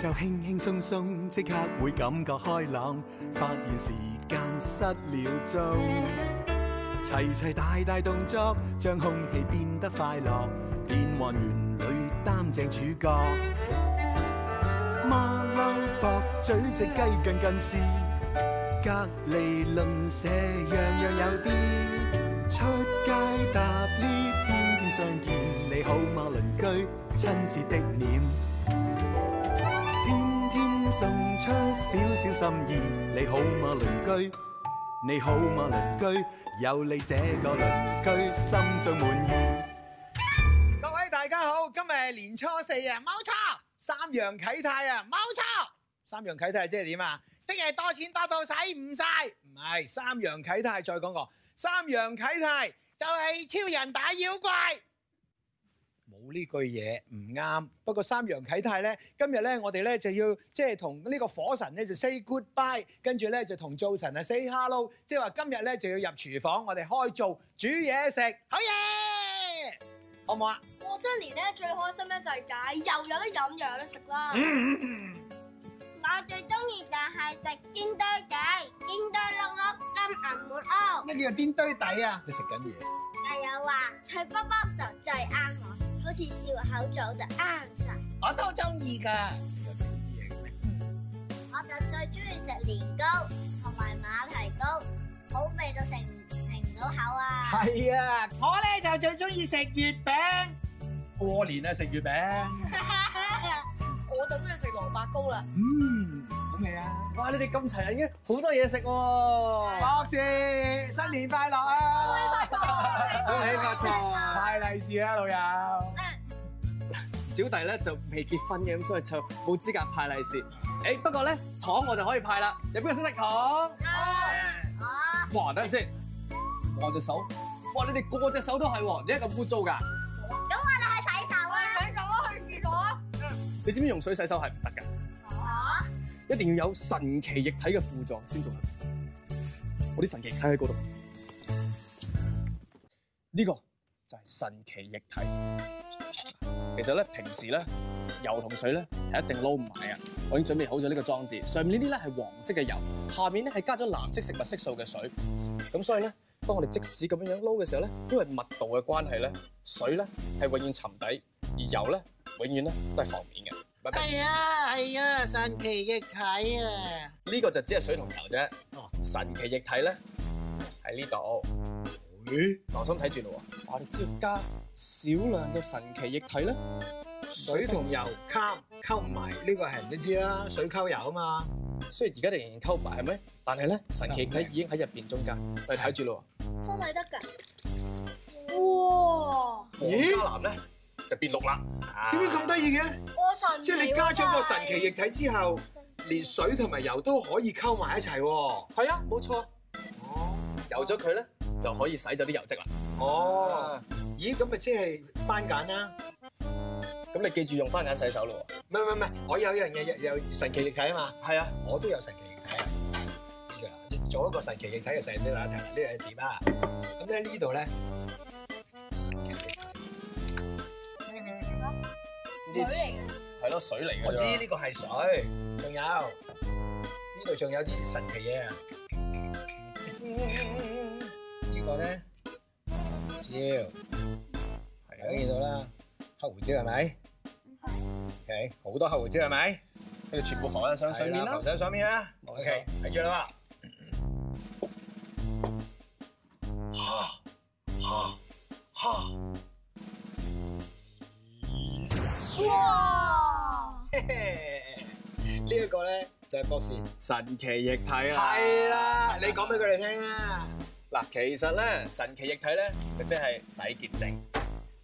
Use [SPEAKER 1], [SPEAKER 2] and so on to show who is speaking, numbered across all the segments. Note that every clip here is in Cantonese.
[SPEAKER 1] 就輕輕鬆鬆，即刻會感覺開朗，發現時間失了蹤。齊齊大大動作，將空氣變得快樂，變幻園裏擔正主角。馬騮駁嘴隻雞近近視，隔離鄰舍樣樣有啲。出街搭 lift，天天相見，你好嗎鄰居？親切的臉。送出少少心意，你好嗎鄰居？你好嗎鄰居？有你這個鄰居，心中滿意。
[SPEAKER 2] 各位大家好，今日係年初四啊，冇錯，三陽啟泰啊，冇錯，三陽啟泰即係點啊？即係多錢多到使唔晒，唔係三陽啟泰再講過，三陽啟泰就係超人打妖怪。冇呢句嘢唔啱，不過三陽啟泰咧，今日咧我哋咧就要即係同呢個火神咧就 say goodbye，跟住咧就同灶神啊 say hello，即係話今日咧就要入廚房，我哋開灶煮嘢食，好嘢，好唔好啊？
[SPEAKER 3] 過新年咧最開心咧就係解又有得飲又有得食啦。
[SPEAKER 4] 我最中意就係食煎堆底，煎堆碌碌金銀滿屋。
[SPEAKER 2] 咩叫做煎堆底啊？你食緊嘢？
[SPEAKER 4] 又有話脆卜卜就最啱我。好似笑口棗就啱晒，
[SPEAKER 2] 我都中意噶。你有中意嘅咩？
[SPEAKER 5] 我就最中意食年糕同埋馬蹄糕，好味到食唔停唔到口 啊！
[SPEAKER 2] 係啊，我咧就最中意食月餅。過年啊，食月餅。
[SPEAKER 3] 我就中意食蘿蔔糕啦。
[SPEAKER 2] 嗯，好味啊！
[SPEAKER 6] 哇，你哋咁齊人嘅，好多嘢食喎。
[SPEAKER 2] 博士，新年快樂啊！
[SPEAKER 6] 恭喜發財！
[SPEAKER 2] 派利是啦，老友。
[SPEAKER 6] 小弟咧就未結婚嘅，咁所以就冇資格派利是。誒，不過咧糖我就可以派啦。有邊個識得糖？哇，等陣先，我隻手。哇，你哋個隻手都係喎，點解咁污糟㗎？
[SPEAKER 5] 咁我哋去洗手啊！
[SPEAKER 3] 洗手啊，去廁所啊。
[SPEAKER 6] 你知唔知用水洗手係唔得㗎？
[SPEAKER 5] 啊，
[SPEAKER 6] 一定要有神奇液體嘅輔助先做得。我啲神奇液體喺嗰度，呢、個就係神奇液體。其實咧，平時咧油同水咧係一定撈唔埋啊！我已經準備好咗呢個裝置，上面呢啲咧係黃色嘅油，下面咧係加咗藍色食物色素嘅水。咁所以咧，當我哋即使咁樣樣撈嘅時候咧，因為密度嘅關係咧，水咧係永遠沉底，而油咧永遠咧都係浮面嘅。拜拜。
[SPEAKER 2] 係啊係啊，神奇液體啊！
[SPEAKER 6] 呢個就只係水同油啫。
[SPEAKER 2] 哦
[SPEAKER 6] 神奇液體咧喺呢度，
[SPEAKER 2] 咦？
[SPEAKER 6] 留心睇住咯喎。我哋只要加少量嘅神奇液體咧，
[SPEAKER 2] 水同油溝溝埋，呢個係人都知啦，水溝油啊嘛。
[SPEAKER 6] 雖然而家仍然溝埋係咪？但係咧神奇液體已經喺入邊中間，我哋睇住咯
[SPEAKER 3] 真係得㗎。哇！
[SPEAKER 6] 喎。
[SPEAKER 2] 咦
[SPEAKER 6] 黃加藍咧就變綠啦。啊
[SPEAKER 2] 點解咁得意嘅？
[SPEAKER 3] 我神
[SPEAKER 2] 即係你加咗個神奇液體之後，連水同埋油都可以溝埋一齊喎。
[SPEAKER 6] 係啊，冇錯。油咗佢咧就可以洗走啲油跡啦。
[SPEAKER 2] 哦，咦，咁咪即係番梘啦？
[SPEAKER 6] 咁你記住用番梘洗手咯
[SPEAKER 2] 唔係唔係唔係，我有一樣嘢有有神奇液體啊嘛，
[SPEAKER 6] 喎。係啊，
[SPEAKER 2] 我都有神奇液體啊。呢個啊做一個神奇液體嘅實驗俾大家睇，呢個係點啊？咁咧呢度咧，神奇液體，
[SPEAKER 3] 水嚟嘅。
[SPEAKER 6] 係咯，水嚟嘅啫。
[SPEAKER 2] 我知呢個係水，仲有呢度仲有啲神奇嘢啊！呢個咧黑胡椒。大家
[SPEAKER 6] 係啊。
[SPEAKER 2] 見到啦，黑胡椒係咪？OK，好多黑胡椒係咪？
[SPEAKER 6] 佢哋全部浮喺上水面
[SPEAKER 2] 係
[SPEAKER 6] 啦
[SPEAKER 2] 浮。上上面啦。
[SPEAKER 6] 冇錯
[SPEAKER 2] OK，睇住啦
[SPEAKER 3] 哇！
[SPEAKER 2] 喎。 呢一個咧就係博士。
[SPEAKER 6] 神奇液體啊！
[SPEAKER 2] 係啦，你講俾佢哋聽啦。
[SPEAKER 6] 嗱，其實咧神奇液體咧就即係洗潔精。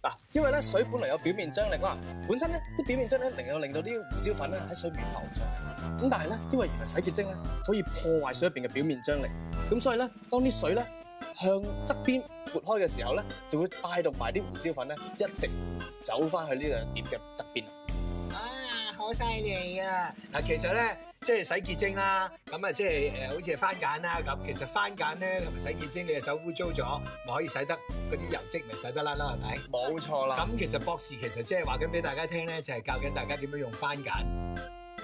[SPEAKER 6] 嗱，因為咧水本來有表面張力啦，本身咧啲表面張力令到令到啲胡椒粉咧喺水面浮上嚟。咁但係咧，因為原來洗潔精咧可以破壞水入邊嘅表面張力，咁所以咧，當啲水咧向側邊撥開嘅時候咧，就會帶動埋啲胡椒粉咧一直走翻去呢兩碟嘅側邊。
[SPEAKER 2] 啊，好犀利啊！嗱，其實咧，即係洗潔精啦，咁啊，即係誒，好似係番梘啦咁。其實番梘咧同埋洗潔精，你嘅手污糟咗，咪可以洗得嗰啲油漬，咪洗得甩啦，係咪？
[SPEAKER 6] 冇錯啦。
[SPEAKER 2] 咁其實博士其實即係話緊俾大家聽咧，就係教緊大家點樣用番梘。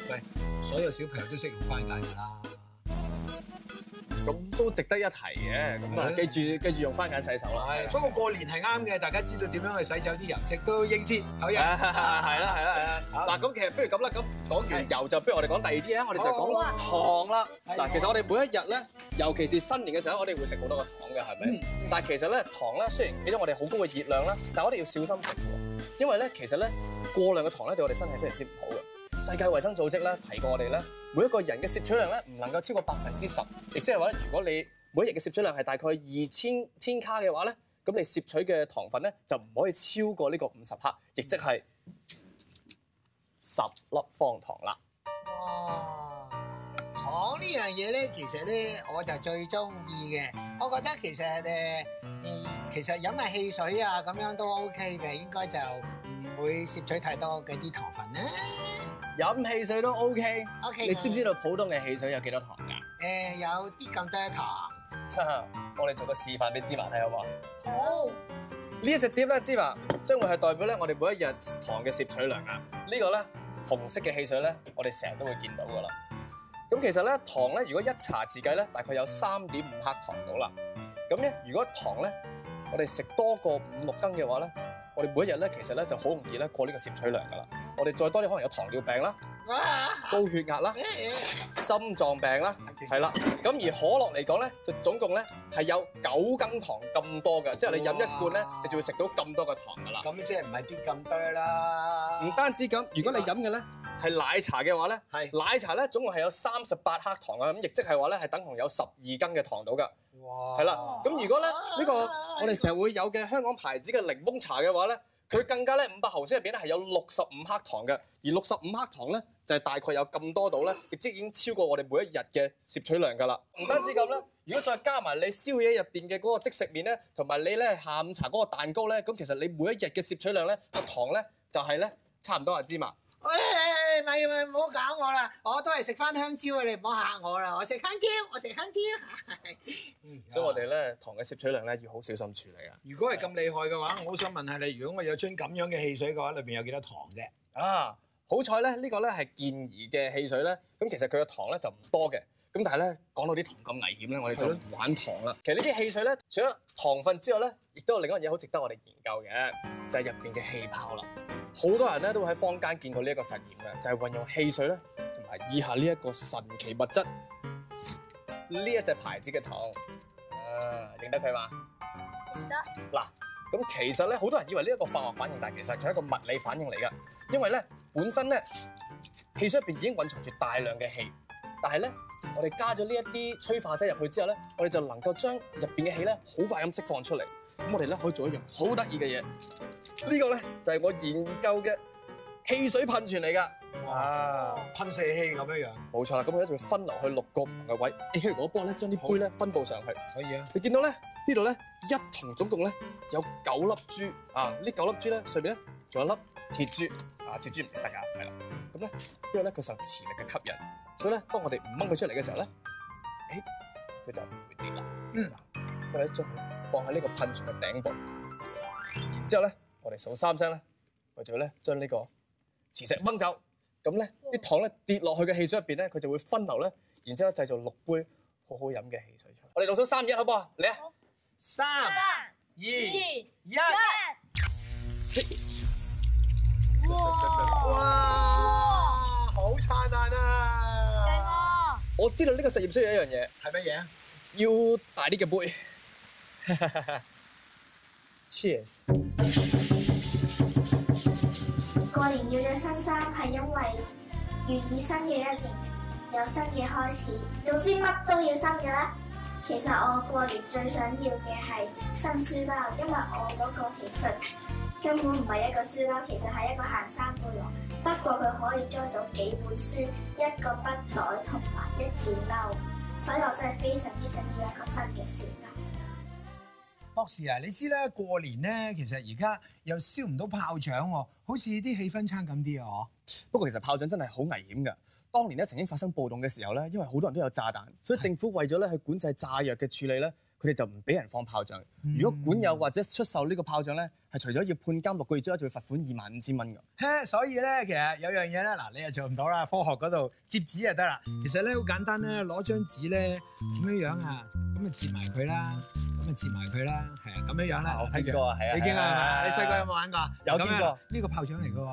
[SPEAKER 2] 喂，所有小朋友都識用番梘㗎啦。
[SPEAKER 6] 咁都值得一提嘅。咁啊，
[SPEAKER 2] 係
[SPEAKER 6] 記住記住用番梘洗手啦。
[SPEAKER 2] 係，不過過年係啱嘅，大家知道點樣去洗走啲油漬都應節口
[SPEAKER 6] 係
[SPEAKER 2] 日。
[SPEAKER 6] 啦係啦係啦。
[SPEAKER 2] 好
[SPEAKER 6] 嗱咁其實不如咁啦，咁講完油就不如我哋講第二啲啦，我哋就
[SPEAKER 2] 好啊
[SPEAKER 6] 講糖啦。
[SPEAKER 2] 係
[SPEAKER 6] 嗱，其實我哋每一日咧，尤其是新年嘅時候，我哋會食好多個糖嘅，係咪？但係其實咧，糖咧雖然俾咗我哋好高嘅熱量啦，但係我哋要小心食喎，因為咧其實咧過量嘅糖咧對我哋身體非常之唔好嘅。世界衞生組織咧提過我哋咧，每一個人嘅攝取量咧唔能夠超過百分之十，亦即係話咧，如果你每一日嘅攝取量係大概二千千卡嘅話咧，咁你攝取嘅糖分咧就唔可以超過呢個五十克，亦即係十粒方糖啦。
[SPEAKER 2] 哇！糖呢樣嘢咧，其實咧我就最中意嘅。我覺得其實誒、呃其實飲下汽水啊咁樣都 OK 嘅，應該就唔會攝取太多嘅啲糖分啦。
[SPEAKER 6] 飲汽水都 OK，
[SPEAKER 2] OK，
[SPEAKER 6] 你知唔知道普通嘅汽水有幾多糖
[SPEAKER 2] 誒、
[SPEAKER 6] 㗎？
[SPEAKER 2] 有啲咁多糖？
[SPEAKER 6] 我哋做個示範俾芝麻睇好唔好啊？
[SPEAKER 3] 好，
[SPEAKER 6] 呢一隻碟咧，芝麻將會係代表咧我哋每一日糖嘅攝取量啊。呢個咧紅色嘅汽水咧，我哋成日都會見到噶啦。咁其實咧糖咧，如果一茶匙計咧，大概有三點五克糖到啦。咁咧，如果糖咧，我哋食多過五六羹嘅話咧，我哋每一日咧其實咧就好容易咧過呢個攝取量噶啦。我哋再多啲可能有糖尿病啦、
[SPEAKER 2] 哇！
[SPEAKER 6] 高血壓啦、心臟病啦。係啦，咁而可樂嚟講咧，就總共咧係有九羹糖咁多嘅，即係你飲一罐咧
[SPEAKER 2] 哇，
[SPEAKER 6] 你就會食到咁多嘅糖噶啦。
[SPEAKER 2] 咁即係唔係啲咁多啦？
[SPEAKER 6] 唔單止咁，如果你飲嘅咧係奶茶嘅話咧，
[SPEAKER 2] 係
[SPEAKER 6] 奶茶咧總共係有三十八克糖啊，咁亦即係話咧係等同有十二羹嘅糖到噶，
[SPEAKER 2] 哇！
[SPEAKER 6] 係啦。咁如果咧呢個我哋成日會有嘅香港牌子嘅檸檬茶嘅話咧，佢更加咧五百毫升入邊咧係有六十五克糖嘅，而六十五克糖咧就係大概有咁多度咧，亦即已經超過我哋每一日嘅攝取量㗎啦。唔單止咁啦，如果再加埋你宵夜入邊嘅嗰個即食麵咧，同埋你咧下午茶嗰個蛋糕咧，咁其實你每一日嘅攝取量咧個糖咧就係咧差唔多係芝麻。
[SPEAKER 2] 喂，咪咪唔好搞我啦，我都係食翻香蕉啊！你唔好嚇我啦，我食香蕉，我食香蕉。
[SPEAKER 6] 所以我哋咧糖嘅攝取量咧要好小心處理啊！
[SPEAKER 2] 如果係咁厲害嘅話，我好想問下你，如果我有樽咁樣嘅汽水嘅話，裏邊有幾多糖啫？
[SPEAKER 6] 啊，好彩咧呢個咧係健怡嘅汽水咧，咁其實佢嘅糖咧就唔多嘅。咁但係咧講到啲糖咁危險咧，我哋就
[SPEAKER 2] 係咯
[SPEAKER 6] 唔玩糖啦。其實呢啲汽水咧，除咗糖分之外咧，亦都有另一樣嘢好值得我哋研究嘅，就係入邊嘅氣泡啦。好多人咧都會喺坊間見過呢一個實驗嘅，就係、運用汽水咧同埋以下呢一個神奇物質，呢一隻牌子嘅糖，啊，認得佢嘛？
[SPEAKER 5] 唔得，
[SPEAKER 6] 咁其實咧，好多人以為呢一個化學反應，但係其實佢係一個物理反應嚟㗎。因為咧，本身咧汽水入邊已經蘊藏住大量嘅氣，但係咧，我哋加咗呢一啲催化劑入去之後咧，我哋就能夠將入邊嘅氣咧好快咁釋放出嚟。咁我哋咧可以做一樣好得意嘅嘢，呢個咧就係我研究嘅汽水噴泉嚟㗎。啊！
[SPEAKER 2] 噴射氣咁樣樣，
[SPEAKER 6] 冇錯啦，咁佢咧就會分流去六個唔同嘅位。誒 h e 嗰幫咧將啲杯咧分佈上去。
[SPEAKER 2] 可以啊。
[SPEAKER 6] 你見到咧呢度咧一筒總共咧有九粒珠啊！呢九粒珠咧上面咧仲有一粒鐵珠啊！鐵珠唔食得㗎，係啦。咁咧因為咧佢受磁力嘅吸引，所以咧當我哋唔掹佢出嚟嘅時候咧，誒佢就唔會跌啦。
[SPEAKER 2] 嗯，
[SPEAKER 6] 我哋將佢放喺呢個噴泉嘅頂部，然之後咧我哋數三聲咧，我就咧將呢個磁石掹走。咁咧啲糖咧跌落去嘅汽水入邊咧，佢就會分流咧，然之後製造六杯好好飲嘅汽水出嚟。我哋倒數三二一，好唔好啊？嚟啊！
[SPEAKER 2] 三二一。哇！好燦爛啊！
[SPEAKER 5] 啊！
[SPEAKER 6] 我知道呢個實驗需要一樣嘢，
[SPEAKER 2] 係乜嘢啊？
[SPEAKER 6] 要大啲嘅杯。Cheers！
[SPEAKER 7] 過年要着新衫係因為寓意新嘅一年有新嘅開始，總之乜都要新嘅啦。其實我過年最想要嘅係新書包，因為我嗰個其實根本唔係一個書包，其實係一個行山背囊。不過佢可以裝到幾本書、一個筆袋同埋一件褸，所以我真係非常之想要一個新嘅書包。
[SPEAKER 2] 博士啊，你知啦，過年咧，其實而家又燒唔到炮仗喎，好似啲氣氛差咁啲啊！
[SPEAKER 6] 不過其實炮仗真係好危險㗎。當年咧曾經發生暴動嘅時候咧，因為好多人都有炸彈，所以政府為咗咧去管制炸藥嘅處理咧，佢哋就唔俾人放炮仗。如果管
[SPEAKER 2] 嗯
[SPEAKER 6] 有或者出售呢個炮仗咧，係除咗要判監六個月之外，仲要罰款二萬五千蚊㗎。
[SPEAKER 2] 嘿所以咧，其實有樣嘢咧，嗱，你又做唔到啦，科學嗰度摺紙就得啦。其實咧好簡單咧，攞張紙咧咁樣樣啊，咁啊摺埋佢啦，咁啊摺埋佢啦，係啊，咁樣樣啦。睇住，
[SPEAKER 6] 啊，係
[SPEAKER 2] 你見過係嘛？你細個有冇玩過啊？
[SPEAKER 6] 有見過
[SPEAKER 2] 咁樣，呢個炮仗嚟嘅喎，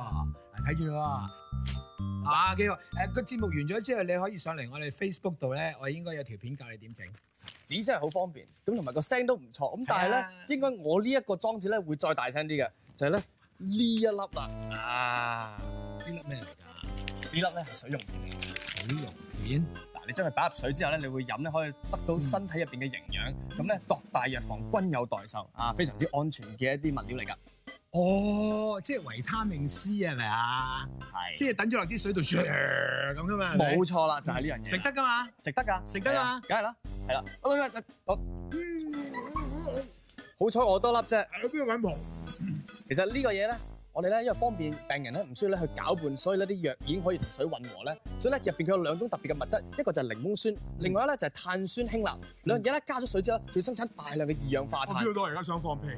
[SPEAKER 2] 嗱睇住咯。啊，幾好！誒個節目完咗之後，你可以上嚟我哋 Facebook 度咧，我應該有條片教你點整。
[SPEAKER 6] 紙真係好方便，咁同埋個聲都唔錯。咁但係
[SPEAKER 2] 係
[SPEAKER 6] 咧
[SPEAKER 2] 啊，
[SPEAKER 6] 應該我呢一個裝置咧會再大聲啲嘅，就係咧呢一粒啦。啊，
[SPEAKER 2] 呢粒咩嚟㗎？
[SPEAKER 6] 呢粒咧係水溶液嚟嘅。
[SPEAKER 2] 水溶片。
[SPEAKER 6] 嗱，你將佢擺入水之後咧，你會飲咧可以得到身體入邊嘅營養。咁咧各大藥房均有代售，啊，非常之安全嘅一啲物料嚟㗎。
[SPEAKER 2] 哦，即係維他命 C 係咪啊？
[SPEAKER 6] 係，
[SPEAKER 2] 即係等咗落啲水度唰咁噶嘛，係咪
[SPEAKER 6] 冇錯啦，就係呢樣嘢。
[SPEAKER 2] 食得噶嘛？
[SPEAKER 6] 食得㗎，
[SPEAKER 2] 食得
[SPEAKER 6] 係
[SPEAKER 2] 啊
[SPEAKER 6] 梗係啦，係啦。喂喂喂，我好彩我多粒啫。
[SPEAKER 2] 喺邊度揾毛？
[SPEAKER 6] 其實呢個嘢咧，我哋咧因為方便病人咧唔需要咧去攪拌，所以呢啲藥已經可以同水混合咧。所以咧入邊佢有兩種特別嘅物質，一個就係檸檬酸，另外咧就係碳酸氫鈉。兩樣嘢咧加咗水之後，仲要生產大量嘅二氧化碳。
[SPEAKER 2] 到而家想放屁。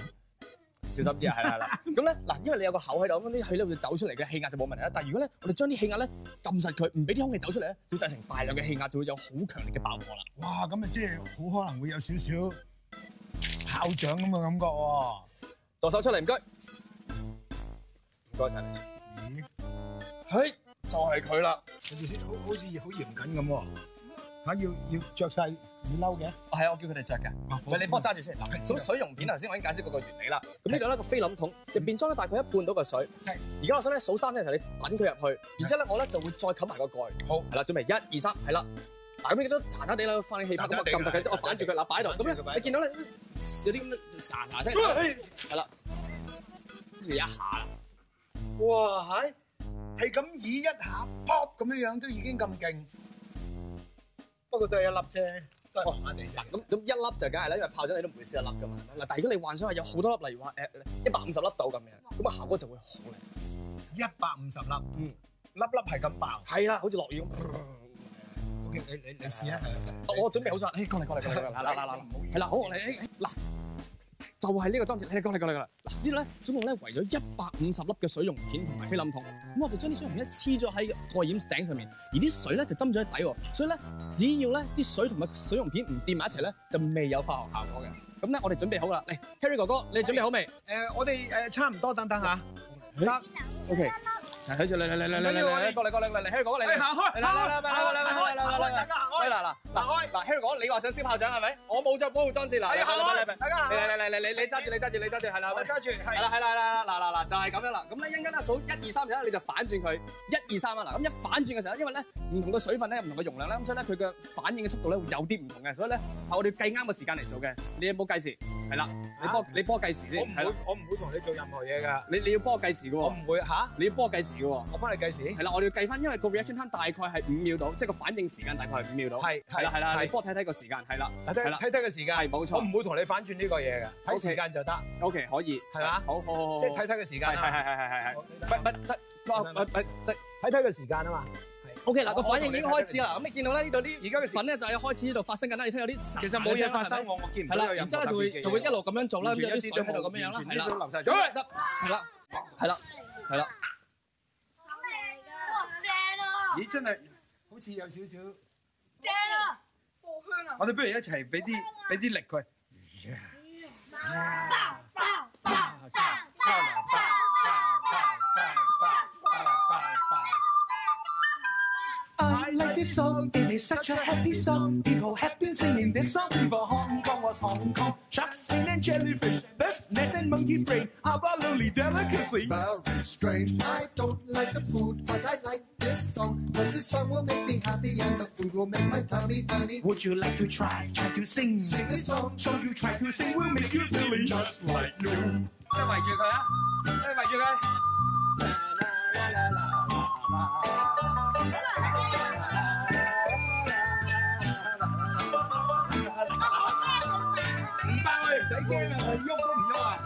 [SPEAKER 6] 小心啲啊，係啦係啦。咁咧嗱，因為你有個口喺度，咁啲氣咧會走出嚟嘅氣壓就冇問題啦。但係如果咧我哋將啲氣壓咧撳實佢，唔俾啲空氣走出嚟咧，就會製成大量嘅氣壓，就會有好強烈嘅爆破啦。
[SPEAKER 2] 哇！咁啊，即係好可能會有少少炮仗咁嘅感覺喎。
[SPEAKER 6] 助手出嚟，唔該。唔該晒你。
[SPEAKER 2] 咦？
[SPEAKER 6] 嘿，就係佢啦。
[SPEAKER 2] 跟住先，好好似好嚴謹咁喎。嚇！要要著曬雨褸嘅。
[SPEAKER 6] 啊係啊，我叫佢哋着嘅。喂，你幫我揸住先。嗱，
[SPEAKER 2] 係知道
[SPEAKER 6] 咁水溶片頭先我已經解釋過個原理啦。咁呢度咧個菲林桶入邊裝咗大概一半到嘅水。
[SPEAKER 2] 係
[SPEAKER 6] 而家我想咧數三聲嘅時候，你揼佢入去，然之後咧我咧就會再冚埋個蓋。
[SPEAKER 2] 好
[SPEAKER 6] 係啦，準備一二三，係啦。嗱，咁你見到查查地啦，翻氣泡咁我撳實佢，即係我反住佢嗱擺喺度。咁咧你見到咧有啲咁嘅沙沙聲，係啦，跟住一下啦。
[SPEAKER 2] 哇！係係咁以一下 pop 咁樣樣都已經咁勁，不過都係一粒啫，都係麻麻地啫
[SPEAKER 6] 嗱，咁咁一粒就梗係啦，因為炮仗你都唔會燒一粒噶嘛。嗱，但係如果你幻想係有好多粒，例如話誒一百五十粒到咁樣，咁啊效果就會好靚。
[SPEAKER 2] 一百五十粒，
[SPEAKER 6] 嗯
[SPEAKER 2] 粒粒係咁爆。
[SPEAKER 6] 係啦，好似落雨咁。
[SPEAKER 2] OK，你你你試啊！
[SPEAKER 6] 我準備好咗啦，誒，過嚟過嚟過嚟過嚟，嗱嗱嗱嗱，係啦，好，我嚟，誒誒嗱，就係呢個裝置，你哋過嚟過嚟過嚟，嗱呢度咧總共咧圍咗一百五十粒嘅水溶片同埋菲林桶，咁我就將啲水溶片咧黐咗喺個蓋掩頂上面，而啲水咧就斟咗喺底喎，所以咧只要咧啲水同埋水溶片唔掂埋一齊咧，就未有化學效果嘅。咁咧我哋準備好啦，嚟 Harry 哥哥，你準備好未
[SPEAKER 2] 誒，我哋誒差唔多，等等嚇。
[SPEAKER 6] ？OK，睇住嚟嚟嚟嚟嚟嚟，過嚟過嚟嚟嚟，Harry 哥哥
[SPEAKER 2] 你
[SPEAKER 6] 嚟嚟
[SPEAKER 2] 行。開，
[SPEAKER 6] 嚟嚟嚟嚟嚟嚟嚟嚟嚟嚟！
[SPEAKER 2] 大家行開，
[SPEAKER 6] 喂嗱嗱嗱嗱，Harry 哥，你話想燒炮仗係咪？我冇着保護裝置嗱，
[SPEAKER 2] 係行
[SPEAKER 6] 嚟
[SPEAKER 2] 開，
[SPEAKER 6] 嚟
[SPEAKER 2] 大家行開，
[SPEAKER 6] 嚟嚟嚟嚟你揸住你揸住你揸住，係啦，
[SPEAKER 2] 我揸住
[SPEAKER 6] 係
[SPEAKER 2] 係。
[SPEAKER 6] 啦係啦係啦，嗱嗱嗱就係咁樣啦。咁咧一陣間咧數一二三時咧，你就反轉佢一二三啊嗱，咁一反轉嘅時候，因為咧唔同嘅水分咧唔同嘅容量咧，咁所以咧佢嘅反應嘅速度咧會有啲唔同嘅，所以咧我哋計啱個時間嚟做嘅。你有冇計時？係啦，你幫你幫我計時
[SPEAKER 2] 我
[SPEAKER 6] 先，
[SPEAKER 2] 唔
[SPEAKER 6] 係啦嗯
[SPEAKER 2] 會，，我唔會同你做任何嘢㗎，
[SPEAKER 6] 你你要幫我計時嘅
[SPEAKER 2] 我
[SPEAKER 6] 喎，
[SPEAKER 2] 唔會嚇，
[SPEAKER 6] 你要幫我計時嘅喎。
[SPEAKER 2] 我幫你計時。
[SPEAKER 6] 係啦，我哋要計翻，因為個 reaction time 大概係五秒到，即係個反應時間大概係五秒到。
[SPEAKER 2] 係
[SPEAKER 6] 係啦係啦，你
[SPEAKER 2] 係
[SPEAKER 6] 幫我睇睇個時間，係啦
[SPEAKER 2] 睇睇睇睇個時間，
[SPEAKER 6] 係冇
[SPEAKER 2] 我
[SPEAKER 6] 錯
[SPEAKER 2] 唔會同你反轉呢個嘢㗎，睇
[SPEAKER 6] OK
[SPEAKER 2] 時間就得，
[SPEAKER 6] ，OK 可以
[SPEAKER 2] 係嘛
[SPEAKER 6] 好好好好，
[SPEAKER 2] 即係睇睇個時間
[SPEAKER 6] 係係
[SPEAKER 2] 啊。
[SPEAKER 6] 係係係係，
[SPEAKER 2] 我
[SPEAKER 6] 唔唔得，唔唔得
[SPEAKER 2] 睇睇個時間啊嘛。
[SPEAKER 6] ，OK 嗱
[SPEAKER 2] 我
[SPEAKER 6] 個反應已經開始啦，
[SPEAKER 2] 我
[SPEAKER 6] 咁你見到咧呢度啲
[SPEAKER 2] 而家嘅時
[SPEAKER 6] 粉咧就係開始呢度發生緊啦，你聽到有啲
[SPEAKER 2] 其實冇嘢發
[SPEAKER 6] 係
[SPEAKER 2] 生，
[SPEAKER 6] 咪。
[SPEAKER 2] 我我見唔
[SPEAKER 6] 係
[SPEAKER 2] 到
[SPEAKER 6] 啦，
[SPEAKER 2] 有任
[SPEAKER 6] 然
[SPEAKER 2] 何
[SPEAKER 6] 之後咧就會就會一路咁樣做啦，咁有啲水喺度咁樣樣啦，係啦，
[SPEAKER 2] 流曬
[SPEAKER 6] 咁得，係啦，係啦，係啦，
[SPEAKER 3] 哇，正啊，
[SPEAKER 2] 咦，真係好似有少少，
[SPEAKER 3] 正啊，好香啊，
[SPEAKER 2] 我哋不如一齊俾啲俾啲力佢。
[SPEAKER 3] 爆爆
[SPEAKER 1] I like this song. It is such a happy song. People have been singing this song before Hong Kong was Hong Kong. Sharks, snail, and jellyfish. That's nest and monkey brain. Our lonely delicacy.
[SPEAKER 8] very strange. I don't like the food, but I like this song. Cause this song will make me happy and the food will make my tummy funny.
[SPEAKER 1] Would you like to try? Try to sing.
[SPEAKER 8] Sing this song,
[SPEAKER 1] So you try to sing, we'll make you silly. Just like you.
[SPEAKER 2] 即係圍住佢啊！即係圍住佢。唔爆佢，唔使驚啊！佢喐都唔喐啊！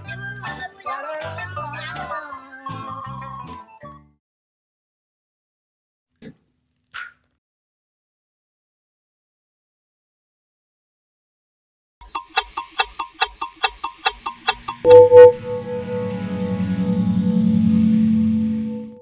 [SPEAKER 2] Hãy subscribe cho kênh Ghiền Mì Gõ Để không bỏ lỡ